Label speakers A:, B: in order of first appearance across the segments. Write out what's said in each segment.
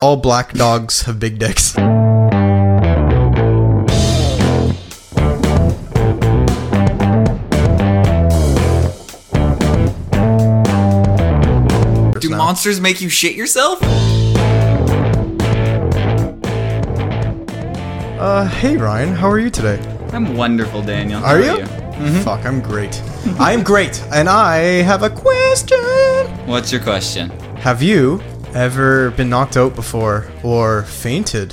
A: all black dogs have big dicks.
B: Do
A: Now.
B: monsters make you shit yourself?
A: Uh, hey Ryan, how are you today?
B: I'm wonderful, Daniel. How Mm-hmm.
A: Are you? Mm-hmm. Fuck, I'm great. I am great, and I have a question.
B: What's your question?
A: Have you ever been knocked out before, or fainted,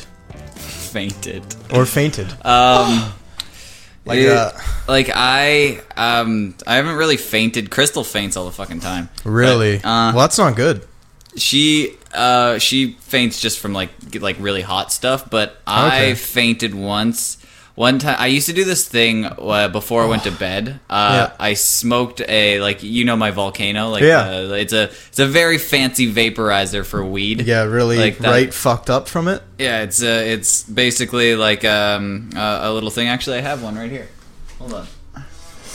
B: Fainted.
A: or fainted?
B: Um,
A: Like uh,
B: it-
A: that.
B: Uh, Like I, um, I haven't really fainted. Crystal faints all the fucking time.
A: Really?
B: But, uh,
A: well, that's not good.
B: She, uh, she faints just from like get, like really hot stuff. But I
A: Okay.
B: fainted once. One time, I used to do this thing uh, before I went to bed. Uh,
A: Yeah.
B: I smoked a like you know my volcano like
A: Yeah.
B: uh, it's a it's a very fancy vaporizer for weed.
A: Yeah, really
B: Like that-
A: right fucked up from it.
B: Yeah, it's uh, it's basically like um, uh, a little thing. Actually, I have one right here. Hold on,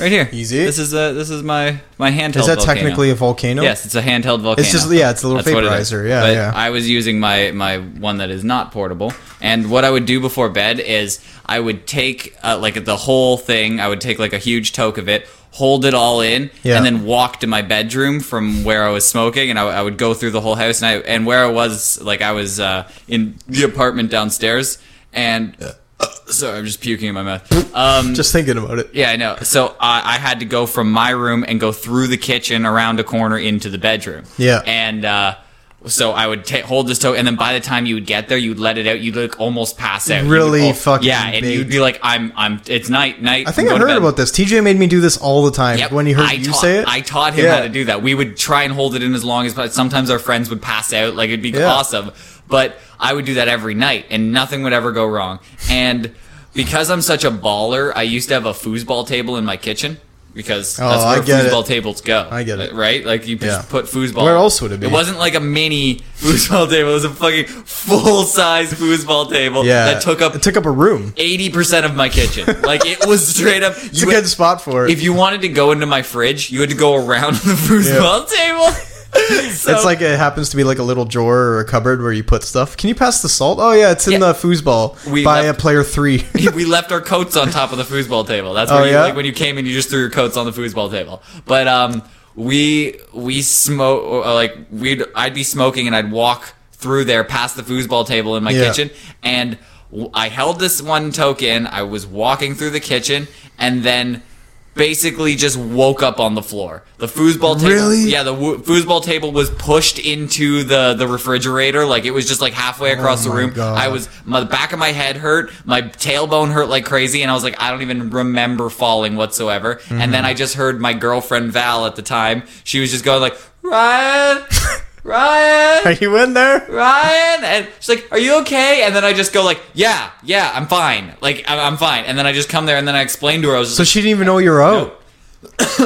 B: right here.
A: Easy.
B: This is uh, this is my my handheld.
A: Is that
B: Oh, volcano.
A: technically a volcano?
B: Yes, it's a handheld volcano.
A: just- yeah, it's a little
B: what it is.
A: vaporizer. Yeah,
B: but
A: yeah.
B: I was using my my one that is not portable, and what I would do before bed is I would take uh, like the whole thing. I would take like a huge toke of it. Hold it all in,
A: Yeah.
B: and then walk to my bedroom from where I was smoking, and I, I would go through the whole house, and I and where I was, like I was uh, in the apartment downstairs, and uh, sorry, I'm just puking in my mouth. Um,
A: Just thinking about it.
B: yeah, I know. So I I had to go from my room and go through the kitchen, around a corner, into the bedroom.
A: Yeah.
B: And uh, so I would ta hold this toe, and then by the time you would get there, you'd let it out. You'd like almost pass out. You
A: Really
B: would al-
A: fucking
B: Yeah, and
A: big.
B: you'd be like, "I'm, I'm. It's night, night."
A: I think I heard about this. TJ made me do this all the time. When he heard
B: I
A: you
B: taught,
A: say it,
B: I taught him how
A: Yeah.
B: to do that. We would try and hold it in as long as, but sometimes our friends would pass out. Like it'd be
A: Yeah.
B: awesome. But I would do that every night, and nothing would ever go wrong. And because I'm such a baller, I used to have a foosball table in my kitchen because
A: Oh,
B: that's
A: I
B: where
A: get it.
B: foosball tables go. uh,
A: I get it.
B: right? Like you just
A: Yeah.
B: put foosball.
A: Where else would it be?
B: It wasn't like a mini foosball table. It was a fucking full size foosball table
A: yeah,
B: that took up
A: it took up a room.
B: eighty percent of my kitchen. Like it was straight up.
A: It's a good spot for it.
B: If you wanted to go into my fridge, you had to go around the foosball table. So-
A: it's like it happens to be like a little drawer or a cupboard where you put stuff. Can you pass the salt? Oh yeah, it's in
B: Yeah.
A: the foosball
B: We
A: by
B: left-
A: a player three.
B: we left our coats on top of the foosball table. That's
A: Oh,
B: where you,
A: yeah?
B: like when you came in, you just threw your coats on the foosball table. But um, we we smoke like we'd I'd be smoking and I'd walk through there past the foosball table in my
A: Yeah.
B: kitchen and w- I held this one token. I was walking through the kitchen and then. Basically, just woke up on the floor. The foosball table,
A: Really?
B: yeah, the w- foosball table was pushed into the the refrigerator. Like it was just like
A: Oh,
B: halfway across the
A: my
B: room.
A: God.
B: I was my the back of my head hurt, my tailbone hurt like crazy, and I was like, I don't even remember falling whatsoever. And
A: Mm-hmm.
B: then I just heard my girlfriend Val at the time. She was just going like, Ryan,
A: Are
B: Ryan,
A: you in there?
B: Ryan, and she's like, Are you okay? And then I just go like, Yeah, yeah, I'm fine. Like I- I'm fine. And then I just come there, and then I explain to her. I was just
A: So she didn't even know you were out.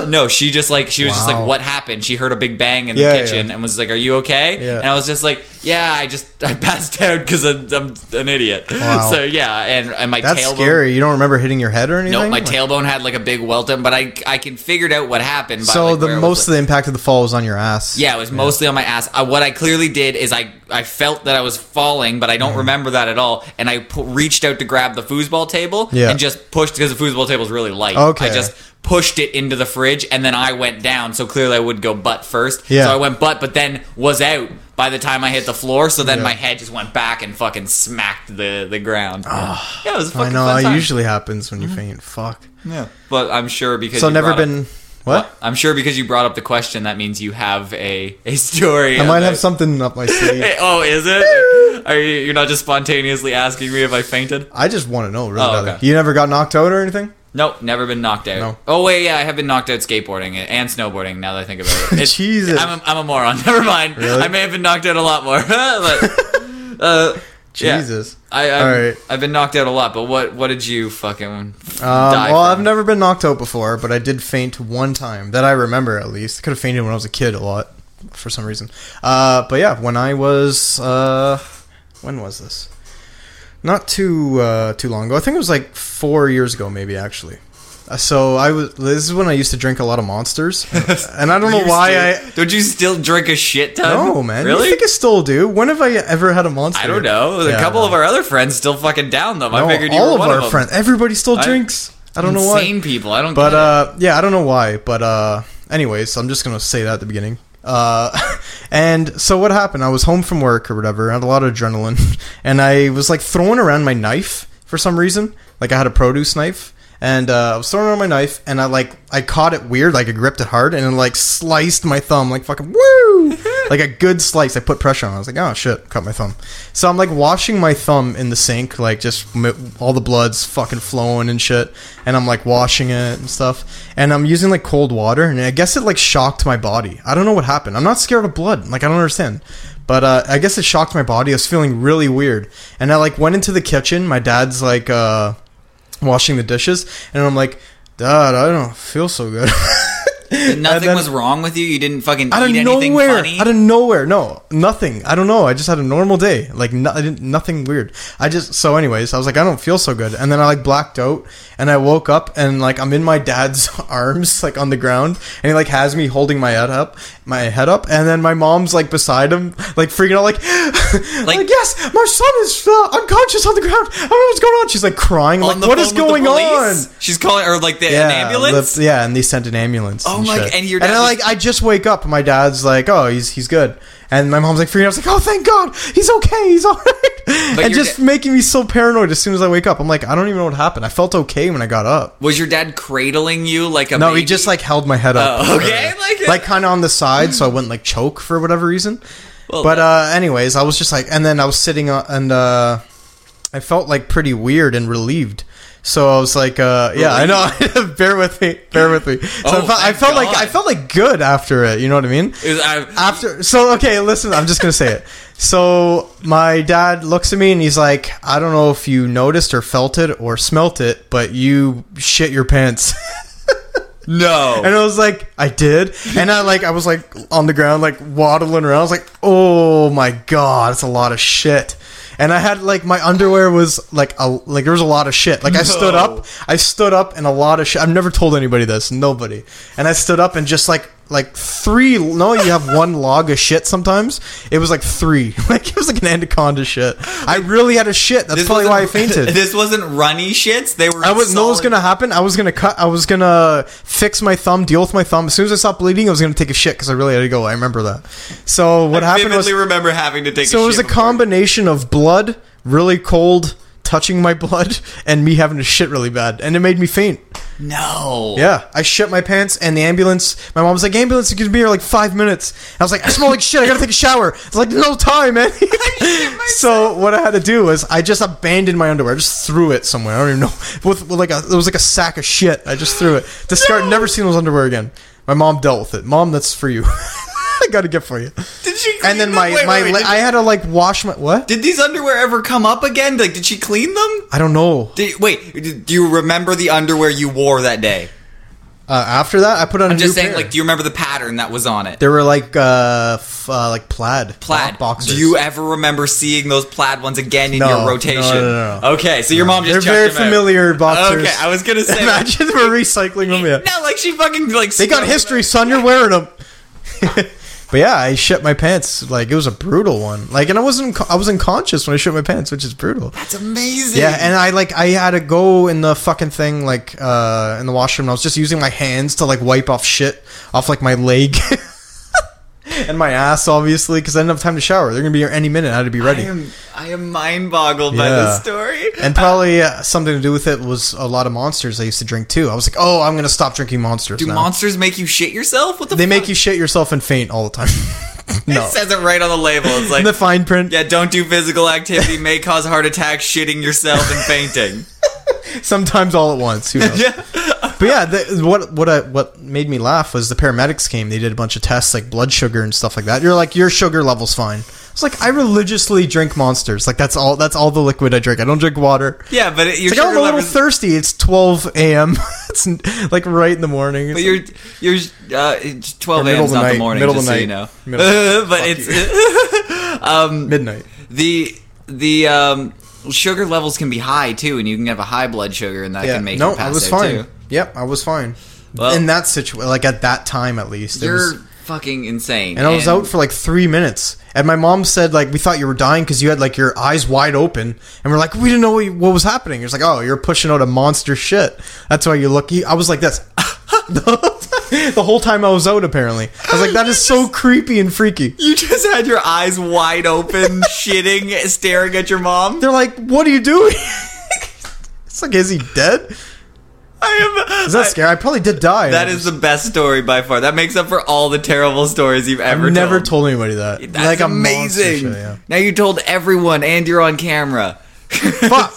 B: no, she just like she was just
A: Wow.
B: like, "What happened?" She heard a big bang in the
A: Yeah,
B: kitchen
A: yeah.
B: and was like, "Are you okay?"
A: Yeah.
B: And I was just like, "Yeah, I just I passed out because I'm, I'm an idiot."
A: Wow.
B: So yeah, and, and my
A: That's
B: tailbone.
A: scary. You don't remember hitting your head or anything.
B: No, my
A: Like-
B: tailbone had like a big welt up, but I I can figured out what happened. By,
A: So
B: like, where
A: the
B: it was,
A: most
B: like-
A: of the impact of the fall was on your ass.
B: yeah, it was mostly on my ass. I, what I clearly did is I, I felt that I was falling, but I
A: Mm-hmm.
B: don't remember that at all. And I pu- reached out to grab the foosball table
A: Yeah.
B: and just pushed because the foosball table is really light.
A: Okay.
B: I just pushed it into the fridge and then I went down. So clearly I would go butt first.
A: Yeah.
B: So I went butt, but then was out by the time I hit the floor. So then
A: Yeah.
B: my head just went back and fucking smacked the, the ground. yeah, it was a
A: Ah.
B: fucking
A: I know.
B: fun
A: That
B: time.
A: usually happens when you faint. Fuck.
B: yeah. But I'm sure because
A: So
B: you
A: never
B: brought up-
A: been. What?
B: I'm sure because you brought up the question, that means you have a, a story.
A: I might have
B: about-
A: something up my sleeve.
B: Hey, oh, is it? Are you, you're not just spontaneously asking me if I fainted?
A: I just want to know. Really,
B: Oh,
A: badly.
B: okay.
A: You never got knocked out or anything?
B: Nope, never been knocked out.
A: No.
B: Oh wait, yeah, I have been knocked out skateboarding and snowboarding. Now that I think about it, It's-
A: Jesus.
B: I'm a, I'm a moron. Never mind.
A: Really?
B: I may have been knocked out a lot more. but, uh, yeah.
A: Jesus.
B: I, i
A: All right.
B: I've been knocked out a lot, but what what did you fucking
A: Um,
B: die
A: well, I've
B: from?
A: never been knocked out before, but I did faint one time that I remember at least. I could have fainted when I was a kid a lot for some reason. Uh, but yeah, when I was uh, when was this? Not too uh, too long ago. I think it was like four years ago, maybe actually. Uh, So I was. This is when I used to drink a lot of monsters, and I don't know
B: You
A: why
B: still- Don't you still drink a shit
A: I.
B: ton?
A: No man,
B: Uh, Really?
A: you think I still do? When have I ever had a monster?
B: I don't know. A
A: Yeah,
B: couple
A: no.
B: of our other friends still fucking down them. I
A: No,
B: figured you
A: all
B: were
A: of
B: one
A: our
B: of them.
A: friends. Everybody still
B: I-
A: drinks. I don't know why.
B: Insane people. I don't.
A: But
B: get it.
A: uh, yeah, I don't know why. But uh, anyways, I'm just gonna say that at the beginning. Uh, and so what happened? I was home from work or whatever. I had a lot of adrenaline, and I was like throwing around my knife for some reason. Like I had a produce knife, and uh, I was throwing around my knife, and I like I caught it weird. Like I gripped it hard, and it like sliced my thumb. Like fucking woo, like a good slice. I put pressure on. it. I was like, oh shit, cut my thumb. So I'm like washing my thumb in the sink, like just m- all the blood's fucking flowing and shit, and I'm like washing it and stuff, and I'm using like cold water, and I guess it like shocked my body. I don't know what happened. I'm not scared of blood. Like I don't understand. But uh, I guess it shocked my body. I was feeling really weird, and I like went into the kitchen. My dad's like uh, washing the dishes, and I'm like, Dad, I don't feel so good.
B: Nothing
A: then-
B: was wrong with you. You didn't fucking
A: out
B: eat
A: of
B: anything
A: nowhere,
B: funny.
A: out of nowhere, no, nothing. I don't know. I just had a normal day, like no, I didn't, nothing weird. I just so, anyways, I was like, I don't feel so good, and then I like blacked out, and I woke up, and like I'm in my dad's arms, like on the ground, and he like has me holding my head up, my head up, and then my mom's like beside him, like freaking out, like, like, yes, my son is uh, unconscious on the ground. I don't know what's going on. She's like crying,
B: On
A: like,
B: the
A: what is
B: phone with the
A: going on?
B: police? She's calling or like the an ambulance.
A: the- yeah, and they sent an ambulance.
B: Oh
A: and
B: my-
A: shit.
B: and your
A: and
B: dad
A: I,
B: was-
A: like I just wake up. and My dad's like, oh, he's he's good, and my mom's like freaking out. I was like, oh, thank God, he's okay, he's all right, and
B: your
A: just
B: da-
A: making me so paranoid. As soon as I wake up, I'm like, I don't even know what happened. I felt okay when I got up.
B: was your dad cradling you like a?
A: No, he
B: baby?
A: just like held my head up.
B: Oh, okay, like-
A: like kind of on the side, so I wouldn't like choke for whatever reason.
B: Well,
A: but uh, anyways, I was just like, and then I was sitting uh, and uh, I felt like pretty weird and relieved. So I was like, uh, yeah, I know. bear with me, bear with me. So I
B: Oh,
A: felt, I
B: thank
A: felt like
B: God.
A: I felt like good after it. You know what I mean?
B: It was- I-
A: after so okay listen i'm just gonna say it so my dad looks at me and he's like i don't know if you noticed or felt it or smelt it but you shit your pants
B: no.
A: and i was like i did and i like i was like on the ground like waddling around i was like oh my god it's a lot of shit and i had like my underwear was like a like there was a lot of shit like i stood
B: No.
A: up i stood up and a lot of shit i've never told anybody this nobody and i stood up and just like like three no you have one log of shit sometimes it was like three like it was like an anaconda shit i really had a shit that's probably why i
B: wasn't-
A: fainted
B: This wasn't runny shits. They were.
A: I was know what was
B: solid-
A: gonna happen. I was gonna cut. I was gonna fix my thumb, deal with my thumb. As soon as I stopped bleeding, I was gonna take a shit because I really had to go. I remember that. So what
B: I
A: happened was
B: vividly remember having to take.
A: so
B: a
A: it was a
B: shit before.
A: combination of blood, really cold, touching my blood, and me having to shit really bad, and it made me faint.
B: No.
A: Yeah, I shit my pants, and the ambulance. My mom's like, "Ambulance, you can be here like five minutes." I was like, "I smell like shit. I gotta take a shower." It's like no time, man. so what I had to do was I just abandoned my underwear. I just threw it somewhere. I don't even know. With, with like a, it was like a sack of shit. I just threw it. Discard. Never seen those underwear again. My mom dealt with it. Mom, that's for you. I got a gift for you.
B: Did she? Clean
A: And then
B: them?
A: my
B: Wait,
A: my
B: wait,
A: le-
B: did,
A: I had to like wash my what?
B: did these underwear ever come up again? Like, did she clean them?
A: I don't know.
B: Did, wait, did- do you remember the underwear you wore that day?
A: Uh, after that, I put on a
B: I'm just
A: new
B: saying,
A: pair.
B: like, do you remember the pattern that was on it?
A: There were like uh, f- uh like plaid
B: plaid
A: boxers.
B: Do you ever remember seeing those plaid ones again in
A: No,
B: your rotation?
A: no, no, no.
B: Okay, so your mom
A: They're
B: just
A: very
B: checked them out.
A: familiar boxers.
B: Okay, I was gonna say.
A: Imagine we're recycling them. Yeah.
B: No, like she fucking like
A: They got history, son. You're wearing them. but yeah, I shit my pants. Like it was a brutal one. Like, and I wasn't. I was unconscious when I shit my pants, which is brutal.
B: That's amazing.
A: Yeah, and I like I had to go in the fucking thing like uh in the washroom. And I was just using my hands to like wipe off shit off like my leg. And my ass, obviously, because I didn't have time to shower. They're gonna be here any minute. I had to be
B: I
A: ready.
B: am I am mind boggled by
A: Yeah.
B: this story.
A: And probably uh, something to do with it was a lot of monsters I used to drink too. I was like, oh, I'm gonna stop drinking monsters.
B: do
A: now.
B: monsters make you shit yourself? What the?
A: they
B: fuck?
A: make you shit yourself and faint all the time. no,
B: It says it right on the label. It's like
A: in the fine print.
B: yeah, don't do physical activity. May cause heart attacks, shitting yourself, and fainting.
A: Sometimes all at once. Who knows?
B: yeah.
A: But yeah, the, what what I, what made me laugh was the paramedics came. They did a bunch of tests like blood sugar and stuff like that. You're like your sugar level's fine. It's like I religiously drink monsters. Like that's all that's all the liquid I drink. I don't drink water.
B: Yeah, but it, your
A: It's like I'm
B: sugar
A: a little
B: levels.
A: thirsty. It's 12 a.m. it's n- like right in the morning.
B: But
A: It's
B: you're you're uh, it's twelve
A: Or middle
B: a.m.
A: of
B: 's
A: the
B: not
A: night,
B: the morning,
A: middle
B: just
A: of the
B: so you
A: night,
B: know.
A: middle of
B: but it's
A: like midnight.
B: the the um, sugar levels can be high too, and you can have a high blood sugar, and that
A: Yeah.
B: can make
A: no,
B: you
A: I
B: pass
A: was
B: out
A: fine.
B: too.
A: Yep, I was fine.
B: Well-
A: in that situation, like at that time at least, it
B: You're
A: was,
B: fucking insane.
A: and I was out for like three minutes. And my mom said, like, we thought you were dying because you had like your eyes wide open, and we're like, we didn't know what, you- what was happening. It's like, oh, you're pushing out a monster shit. That's why you look. I was like, that's the whole time I was out. Apparently, I was like, that is so creepy and freaky.
B: you just had your eyes wide open, shitting, staring at your mom.
A: They're like, what are you doing? it's like, is he dead?
B: I am.
A: Is that scary? I probably did die.
B: That is the best story by far. That makes up for all the terrible stories you've ever
A: I've never
B: told.
A: told anybody that.
B: That's
A: like a monster
B: amazing.
A: shit, yeah.
B: Now you told everyone, and you're on camera.
A: Fuck.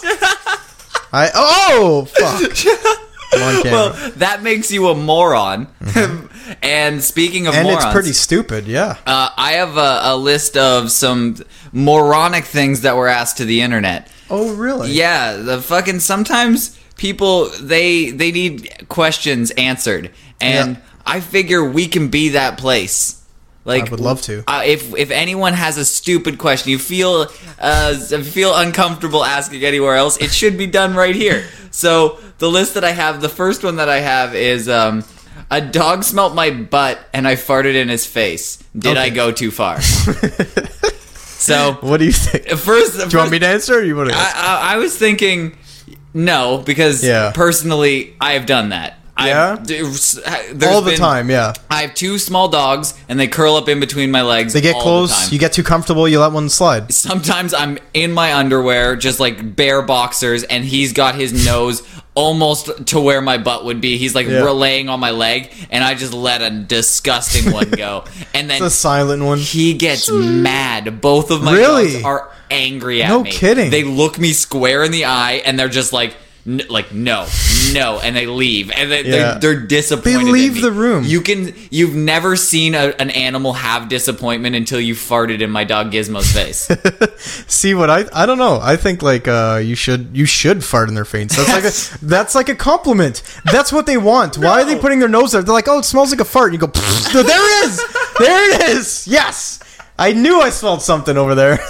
A: I oh fuck. I'm on camera.
B: Well, that makes you a moron. and speaking of
A: Mm-hmm. and
B: morons,
A: it's pretty stupid. Yeah.
B: uh, I have a, a list of some moronic things that were asked to the internet.
A: Oh really?
B: Yeah, the fucking sometimes people they they need questions answered, and
A: Yeah.
B: I figure we can be that place. Like
A: I would love to.
B: Uh, if if anyone has a stupid question, you feel uh, you feel uncomfortable asking anywhere else, it should be done right here. So the list that I have, the first one that I have is um, a dog smelt my butt and I farted in his face. Did I
A: Okay.
B: go too far? so
A: What do you think? Do
B: first,
A: you want me to answer? Or you want to? Answer?
B: I, I, I was thinking no because
A: Yeah.
B: personally I've done that.
A: Yeah?
B: I've, there's
A: All the
B: been-
A: time. Yeah.
B: I have two small dogs and they curl up in between my legs.
A: They get
B: all the
A: close.
B: time.
A: you get too comfortable. You let one slide.
B: Sometimes I'm in my underwear, just like bare boxers, and he's got his nose almost to where my butt would be. He's like
A: Yeah.
B: relaying on my leg, and I just let a disgusting one go. And then
A: The silent one.
B: he gets mad. Both of my
A: Really?
B: dogs are angry at
A: No
B: me.
A: kidding.
B: They look me square in the eye and they're just like, n- like no, no, and they leave, and they,
A: Yeah.
B: they're, they're disappointed.
A: They leave
B: in me.
A: the room.
B: You can, you've never seen a, an animal have disappointment until you farted in my dog Gizmo's face.
A: See what I? I don't know. I think like uh, you should you should fart in their face. That's like a, that's like a compliment. That's what they want. Why are they putting their nose out? They're like, oh, it smells like a fart. And you go, "Pfft." there it is. There it is. Yes, I knew I smelled something over there.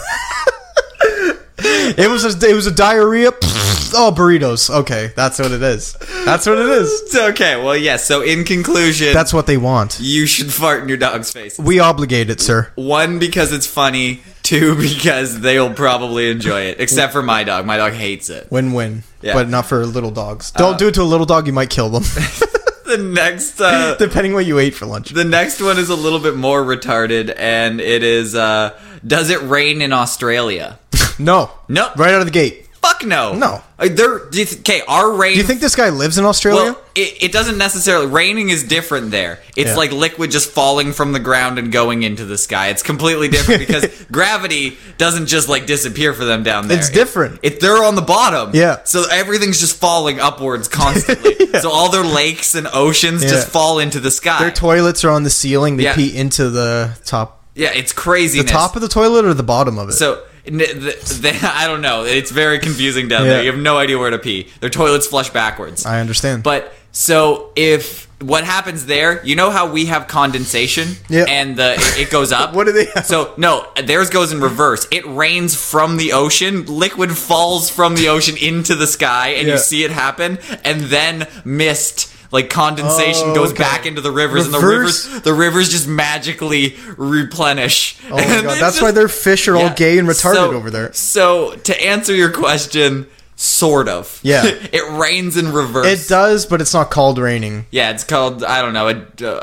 A: it was a, it was a diarrhea. Pfft. oh, burritos. Okay, that's what it is. That's what it is.
B: it's okay. Well, yes. so in conclusion,
A: That's what they want.
B: you should fart in your dog's face.
A: We obligate it, sir.
B: One because it's funny. Two because they'll probably enjoy it. Except for my dog. My dog hates it.
A: Win-win.
B: Yeah.
A: But not for little dogs. Don't do it to a little dog. You might kill them.
B: The next. Uh,
A: Depending what you ate for lunch.
B: The next one is a little bit more retarded, and it is uh, Does it rain in Australia?
A: No.
B: No.
A: Right out of the gate.
B: Fuck no.
A: No.
B: Uh, There, do you th- okay, our rain.
A: Do you think this guy lives in Australia?
B: Well, it, it doesn't necessarily. Raining is different there. It's
A: Yeah.
B: like liquid just falling from the ground and going into the sky. It's completely different because gravity doesn't just like disappear for them down there.
A: It's different.
B: It, they're on the bottom.
A: Yeah.
B: So everything's just falling upwards constantly. So all their lakes and oceans just
A: Yeah.
B: fall into the sky.
A: Their toilets are on the ceiling. They
B: Yeah.
A: pee into the top,
B: yeah, it's craziness.
A: top of the toilet or the bottom of it.
B: So n- th th I don't know. It's very confusing down there.
A: Yeah.
B: You have no idea where to pee. Their toilets flush backwards.
A: I understand.
B: But so if what happens there, you know how we have condensation
A: Yeah.
B: and the it, it goes up.
A: What do they have?
B: So no, theirs goes in reverse. It rains from the ocean, liquid falls from the ocean into the sky and you
A: Yeah.
B: see it happen and then mist like condensation
A: Oh,
B: goes
A: okay.
B: back into the rivers and the
A: Reverse-
B: rivers the rivers just magically replenish.
A: oh my god, that's why their fish are all
B: Yeah.
A: gay and retarded
B: So-
A: over there.
B: So to answer your question, sort of.
A: Yeah.
B: it rains in reverse.
A: It does, but it's not called raining.
B: yeah, it's called I don't know a,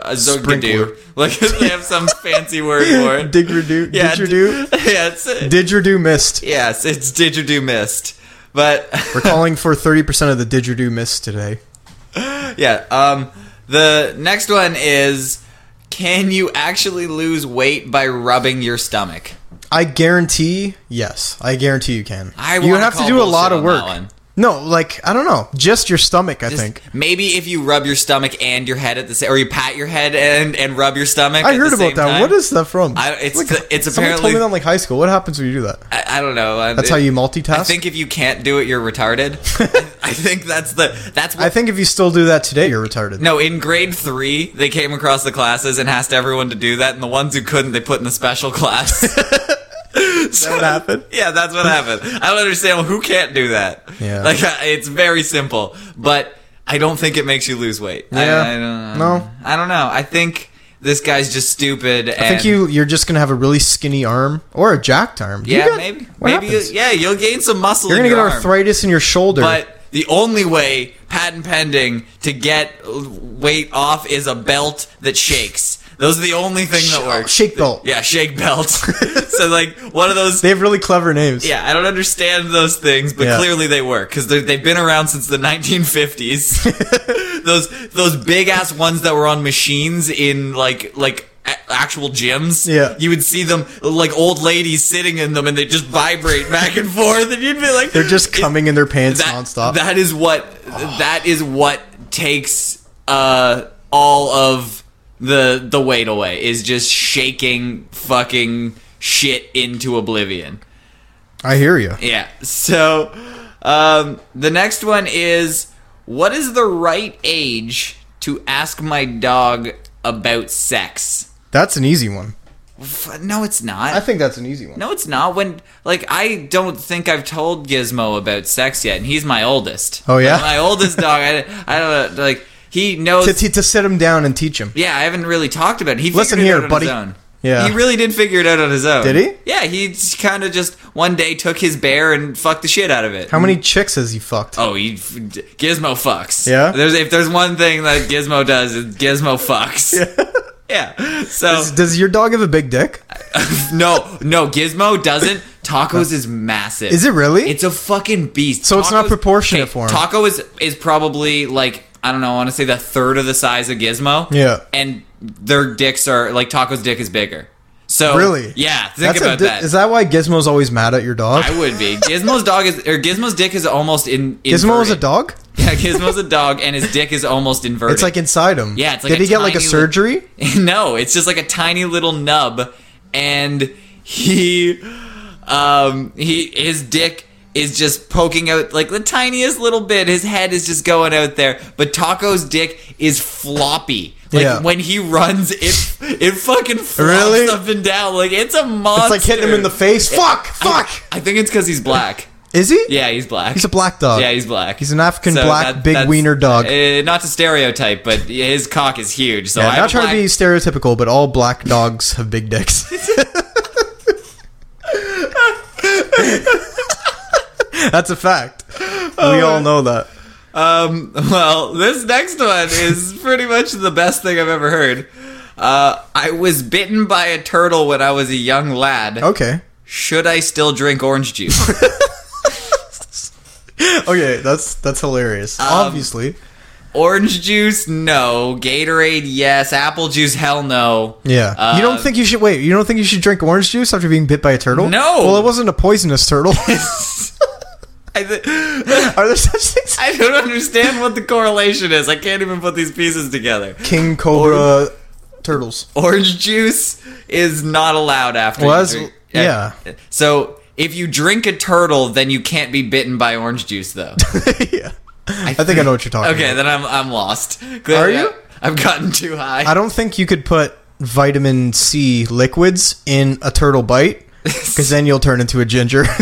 B: a
A: Sprinkler.
B: zogadoo. Like they have some fancy word for it.
A: Didgeridoo,
B: yeah,
A: didgeridoo,
B: d- Yeah, it's
A: didgeridoo mist.
B: yes, it's didgeridoo mist. But
A: We're calling for thirty percent of the didgeridoo mist today.
B: yeah, um, the next one is: Can you actually lose weight by rubbing your stomach?
A: I guarantee, yes, I guarantee you can.
B: I
A: you
B: wanna
A: have to
B: call
A: do a lot of
B: bullshit on that
A: work.
B: one.
A: No, like I don't know, just your stomach. I think
B: Maybe if you rub your stomach and your head at the same, or you pat your head and and rub your stomach.
A: I
B: at
A: heard
B: the
A: about
B: same
A: that.
B: time.
A: What is that from?
B: I- it's
A: Like,
B: the- it's
A: someone told
B: apparently-
A: me that in like high school. What happens when you do that?
B: I, I don't know. I-
A: That's how you multitask.
B: I think if you can't do it, you're retarded. I think that's the that's what.
A: I think if you still do that today, you're retarded.
B: no, in grade three, they came across the classes and asked everyone to do that, and the ones who couldn't, they put in the special class.
A: that would happen.
B: yeah, that's what happened. I don't understand who can't do that.
A: Yeah.
B: like I- it's very simple, but I don't think it makes you lose weight. I-
A: Yeah.
B: I, don't know.
A: No.
B: I don't know. I think this guy's just stupid.
A: I think you you're just gonna have a really skinny arm or a jacked arm. Do you
B: Yeah,
A: get-
B: maybe.
A: what
B: maybe you,
A: happens?
B: yeah, you'll gain some muscle.
A: you're
B: in
A: gonna get
B: your arm.
A: arthritis in your shoulder.
B: But the only way, patent pending, to get weight off is a belt that shakes. Those are the only thing that works.
A: shake belt.
B: Yeah, shake belt. so like one of those.
A: They have really clever names.
B: Yeah, I don't understand those things, but
A: Yeah.
B: clearly they work because they've been around since the 1950s. those those big ass ones that were on machines in like like a- actual gyms.
A: Yeah.
B: you would see them like old ladies sitting in them, and they just vibrate back and forth, and you'd be like,
A: They're just
B: coming
A: coming in their pants
B: that,
A: nonstop.
B: That is what that is what takes uh all of the the weight away is just shaking fucking shit into oblivion.
A: I hear you.
B: Yeah. So um the next one is what is the right age to ask my dog about sex?
A: That's an easy one.
B: F- No, it's not.
A: I think that's an easy one.
B: No, it's not. When like I don't think I've told Gizmo about sex yet, and he's my oldest.
A: Oh, yeah?
B: Like, my oldest dog. I, I don't know. Like he knows.
A: To, to, to sit him down and teach him.
B: yeah, I haven't really talked about it. He
A: Listen
B: figured it
A: here,
B: out on
A: buddy.
B: His own.
A: Yeah.
B: he really did figure it out on his own.
A: Did he?
B: Yeah, he kind of just one day took his bear and fucked the shit out of it.
A: How many chicks has he fucked?
B: Oh, he Gizmo fucks.
A: Yeah?
B: There's if there's one thing that Gizmo does, is Gizmo fucks. Yeah. So
A: Does, does your dog have a big dick?
B: no, no, Gizmo doesn't. Tacos is massive.
A: Is it really?
B: It's a fucking beast.
A: So it's not proportionate for him.
B: Taco is is probably like I don't know. I want to say the third of the size of Gizmo.
A: Yeah.
B: and their dicks are like Taco's dick is bigger. So
A: Really?
B: Oh, yeah. Think
A: That's a
B: about
A: di-
B: that.
A: Is that why Gizmo's always mad at your dog?
B: I would be Gizmo's dog is or Gizmo's dick is almost in. Inverted.
A: Gizmo is a dog.
B: Yeah, Gizmo's a dog, and his dick is almost inverted.
A: It's like inside him.
B: Yeah, it's like
A: Did
B: a
A: he get like a
B: tiny li-
A: surgery?
B: no, it's just like a tiny little nub, and he, um, he his dick is just poking out like the tiniest little bit. His head is just going out there, but Taco's dick is floppy. Like
A: Yeah.
B: when he runs, it it fucking flops
A: Really?
B: up and down. Like it's a
A: It's
B: monster.
A: like hitting him in the face. Fuck! Fuck!
B: I think it's because he's black.
A: Is he?
B: Yeah, he's black.
A: He's a black dog.
B: yeah, he's black.
A: He's an African black big
B: that's-
A: wiener dog.
B: Uh, not to stereotype, but his cock is huge. So
A: Yeah,
B: I'm
A: not trying
B: black,
A: to be stereotypical, but all black dogs have big dicks. That's a fact.
B: Oh,
A: we all know that.
B: Um, well, this next one is pretty much the best thing I've ever heard. Uh, I was bitten by a turtle when I was a young lad.
A: Okay.
B: Should I still drink orange juice?
A: Okay, that's that's hilarious.
B: Um,
A: Obviously.
B: orange juice, no. Gatorade, yes. Apple juice, hell no.
A: Yeah. you
B: uh,
A: don't think you should wait, you don't think you should drink orange juice after being bit by a turtle?
B: No.
A: Well it wasn't a poisonous turtle.
B: I, th-
A: Are there such things?
B: I don't understand what the correlation is. I can't even put these pieces together.
A: King Cobra turtles.
B: Orange juice is not allowed after.
A: Was-
B: you drink-
A: yeah.
B: So if you drink a turtle, then you can't be bitten by orange juice, though.
A: yeah. I think I know what you're talking
B: Okay,
A: about.
B: then I'm I'm lost.
A: Are
B: Clearly,
A: you?
B: I, have gotten too high.
A: I don't think you could put vitamin C liquids in a turtle bite because then you'll turn into a ginger.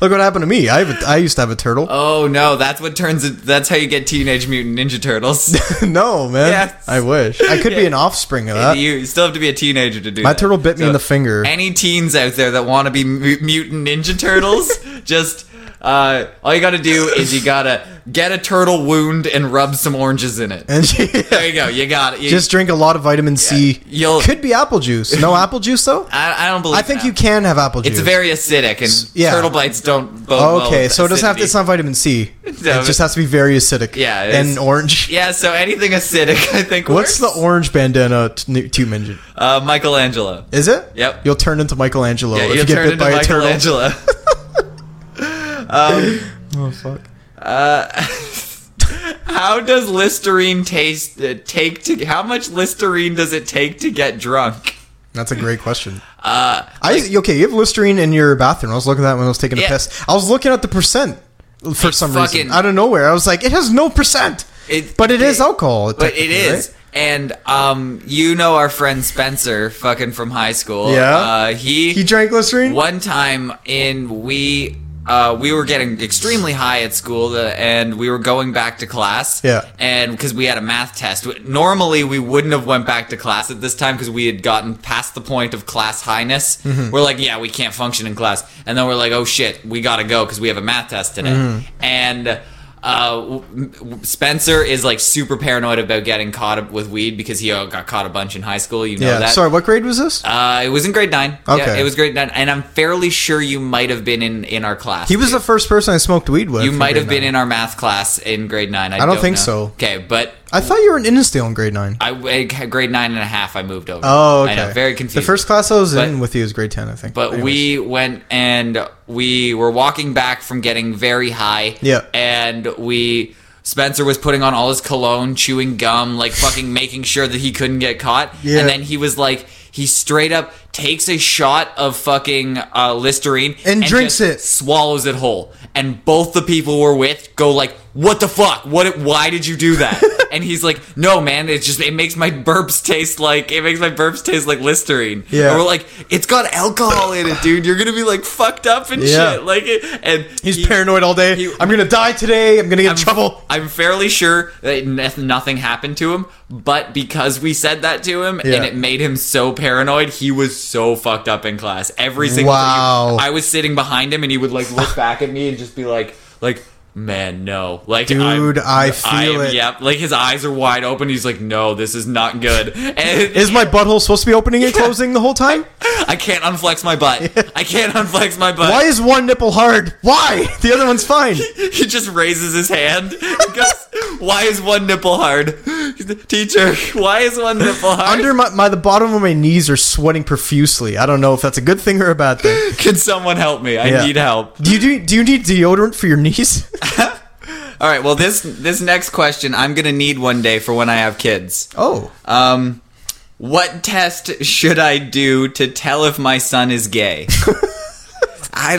A: Look what happened to me. I have a, I used to have a turtle.
B: oh no, that's what turns it. That's how you get Teenage Mutant Ninja Turtles.
A: no, man.
B: Yes.
A: I wish. I could be an offspring of that.
B: you still have to be a teenager to do.
A: Uh, My
B: that.
A: turtle bit me
B: So,
A: in the finger.
B: Any teens out there that want to be mu- mutant Ninja Turtles, just uh, all you got to do is you gotta get a turtle wound and rub some oranges in it.
A: And she
B: There you go. You got it. You,
A: just drink a lot of vitamin C.
B: You'll-
A: could be apple juice. No apple juice though?
B: I, I don't believe.
A: I think
B: that.
A: you can have apple juice.
B: It's very acidic, and
A: yeah.
B: turtle bites don't. bode well
A: Okay,
B: with
A: so it doesn't have to,
B: acidity.
A: it's not vitamin C. It
B: No,
A: just has to be very acidic.
B: Yeah, it is.
A: and orange.
B: Yeah, so anything acidic, I think.
A: What's the
B: works.
A: orange bandana t- two minute?
B: Uh, Michelangelo.
A: Is it?
B: Yep.
A: You'll turn into Michelangelo
B: Yeah,
A: if
B: you
A: you get
B: turn
A: bit
B: into
A: by a turtle.
B: Michelangelo.
A: Oh fuck.
B: how does Listerine taste? Uh, take to how much Listerine does it take to get drunk?
A: That's a great question. Uh, I okay. You have Listerine in your bathroom. I was looking at that when I was taking a
B: Yeah.
A: piss. I was looking at the percent for some
B: fucking-
A: reason out of nowhere. I was like, it has no percent.
B: It-
A: but it is
B: it-
A: alcohol.
B: But it
A: technically,
B: is. And um, you know our friend Spencer, fucking from high school.
A: Yeah?
B: Uh, he
A: right? He drank Listerine.
B: one time in we uh, we were getting extremely high at school, uh, and we were going back to class.
A: Yeah.
B: And because we had a math test, normally we wouldn't have went back to class at this time because we had gotten past the point of class highness.
A: Mm-hmm.
B: We're like, yeah, we can't function in class, and then we're like, oh shit, we gotta go because we have a math test today.
A: Mm-hmm.
B: And uh, w- w- Spencer is like super paranoid about getting caught with weed because he uh, got caught a bunch in high school. You know
A: Yeah.
B: that.
A: Sorry, what grade was this?
B: Uh, it was in grade nine. Yeah,
A: Okay.
B: it was grade nine, and I'm fairly sure you might have been in in our class.
A: he was the first person I smoked weed with.
B: You
A: in
B: might
A: grade
B: have been
A: nine.
B: in our math class in grade nine. I,
A: don't think
B: know.
A: so.
B: Okay, but
A: I thought you were in Innisdale in grade nine.
B: I I- grade nine and a half. I moved over.
A: Oh, okay.
B: I know, very confused.
A: The first class I was in
B: But-
A: with you was grade ten, I think.
B: But
A: Anyways.
B: we went and we were walking back from getting very high.
A: Yeah.
B: And we Spencer was putting on all his cologne, chewing gum, like fucking making sure that he couldn't get caught.
A: Yeah.
B: And then he was like he straight up takes a shot of fucking uh, Listerine
A: And drinks
B: just
A: it.
B: swallows it whole. And both the people we're with go like, "What the fuck? What? Why did you do that?" and he's like, "No, man. It's just it makes my burps taste like it makes my burps taste like Listerine."
A: Yeah.
B: And we're like, "It's got alcohol in it, dude. You're gonna be like fucked up and
A: Yeah.
B: shit." Like, it- and
A: He's
B: he-
A: paranoid all day.
B: he-
A: I'm gonna die today. I'm gonna get in trouble.
B: I'm fairly sure that n- nothing happened to him, but because we said that to him
A: Yeah.
B: and it made him so paranoid, he was so fucked up in class. Every single
A: Wow.
B: thing. I was sitting behind him and he would like look back at me and just be like, like, man, no. Like,
A: Dude, I feel
B: am-
A: it.
B: Yep. Like his eyes are wide open. He's like, no, this is not good. And
A: Is my butthole supposed to be opening and closing the whole time?
B: I can't unflex my butt. I can't unflex my butt.
A: Why is one nipple hard? Why? The other one's fine.
B: He just raises his hand and goes, Why is one nipple hard? Teacher, why is one nipple hard?
A: Under my, my the bottom of my knees are sweating profusely. I don't know if that's a good thing or a bad thing.
B: Can someone help me? I
A: Yeah.
B: need help.
A: Do you do, do you need deodorant for your knees?
B: All right, well this this next question I'm going to need one day for when I have kids.
A: Oh,
B: Um what test should I do to tell if my son is gay? I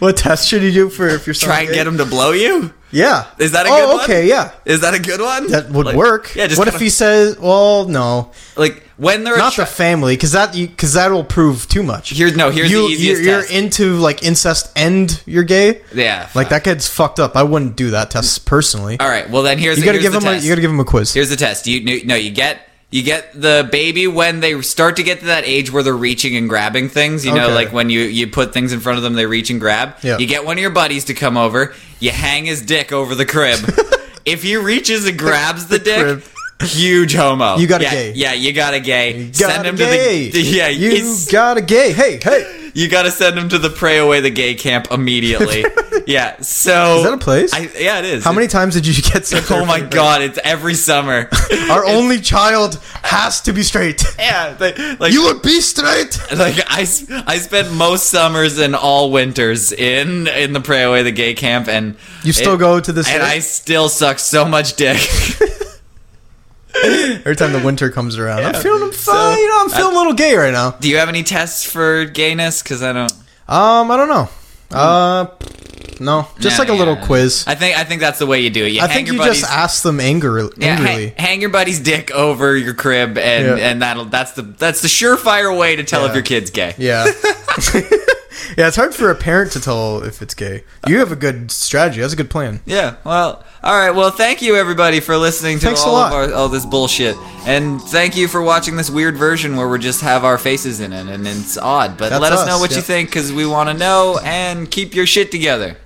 A: what test should you do for if you're
B: try and get him to blow you?
A: Yeah,
B: Is that a
A: oh,
B: good one?
A: okay, yeah,
B: Is that a good one?
A: that would
B: Like-
A: work.
B: Yeah, just
A: what
B: kinda-
A: if he says, "Well, no,
B: like when they're a
A: not
B: chi-
A: the family," because that because that will prove too much.
B: Here's- no, here's
A: you,
B: the easiest
A: You're,
B: test.
A: you're into like incest and you're gay.
B: Yeah.
A: Like that kid's fucked up. I wouldn't do that test personally.
B: All right, well then here's
A: you gotta
B: here's
A: give
B: the
A: him a,
B: test.
A: you gotta give him a quiz.
B: Here's the test. You no, you get you get the baby when they start to get to that age where they're reaching and grabbing things. You know,
A: Okay.
B: like when you you put things in front of them, they reach and grab.
A: Yeah.
B: You get one of your buddies to come over. You hang his dick over the crib. if he reaches and grabs the, dick.
A: crib.
B: Huge homo.
A: You got a
B: yeah,
A: gay.
B: Yeah, you got a gay.
A: Got
B: send
A: a
B: him
A: gay.
B: to the yeah.
A: you
B: he's-
A: got a gay. Hey, hey.
B: you got to send him to the pray away the gay camp immediately. yeah. So
A: Is that a place?
B: I, yeah, it is.
A: How many times did you get sent there
B: Oh my
A: for-
B: god! It's every summer.
A: Our only child has to be straight.
B: Yeah, they, like
A: You would be straight.
B: like I, s- I spent most summers and all winters in in the pray away the gay camp, and
A: You still
B: it-
A: go to this
B: and I still suck so much dick.
A: every time the winter comes around. I'm feeling I'm
B: So-
A: fine. you know, I'm feeling a little gay right now.
B: Do you have any tests for gayness? Because I don't.
A: Um, I don't know. Uh, no, just
B: Hmm. Nah,
A: like a little
B: yeah.
A: quiz. I,
B: I think I think that's the way you do it. You hang
A: think
B: your
A: you
B: buddies.
A: just ask them anger,
B: yeah, ha-
A: angrily.
B: hang your buddy's dick over your crib, and,
A: Yeah.
B: and that'll that's the that's the surefire way to tell if
A: Yeah.
B: your kid's gay.
A: Yeah. yeah, it's hard for a parent to tell if it's gay. You have a good strategy. That's a good plan.
B: Yeah. Well, all right. Well, thank you everybody for listening to
A: Thanks a
B: all
A: lot.
B: of our, all this bullshit, and thank you for watching this weird version where we just have our faces in it, and it's odd. But
A: That's
B: let us,
A: us,
B: know what
A: yeah.
B: you think because we want to know, and keep your shit together.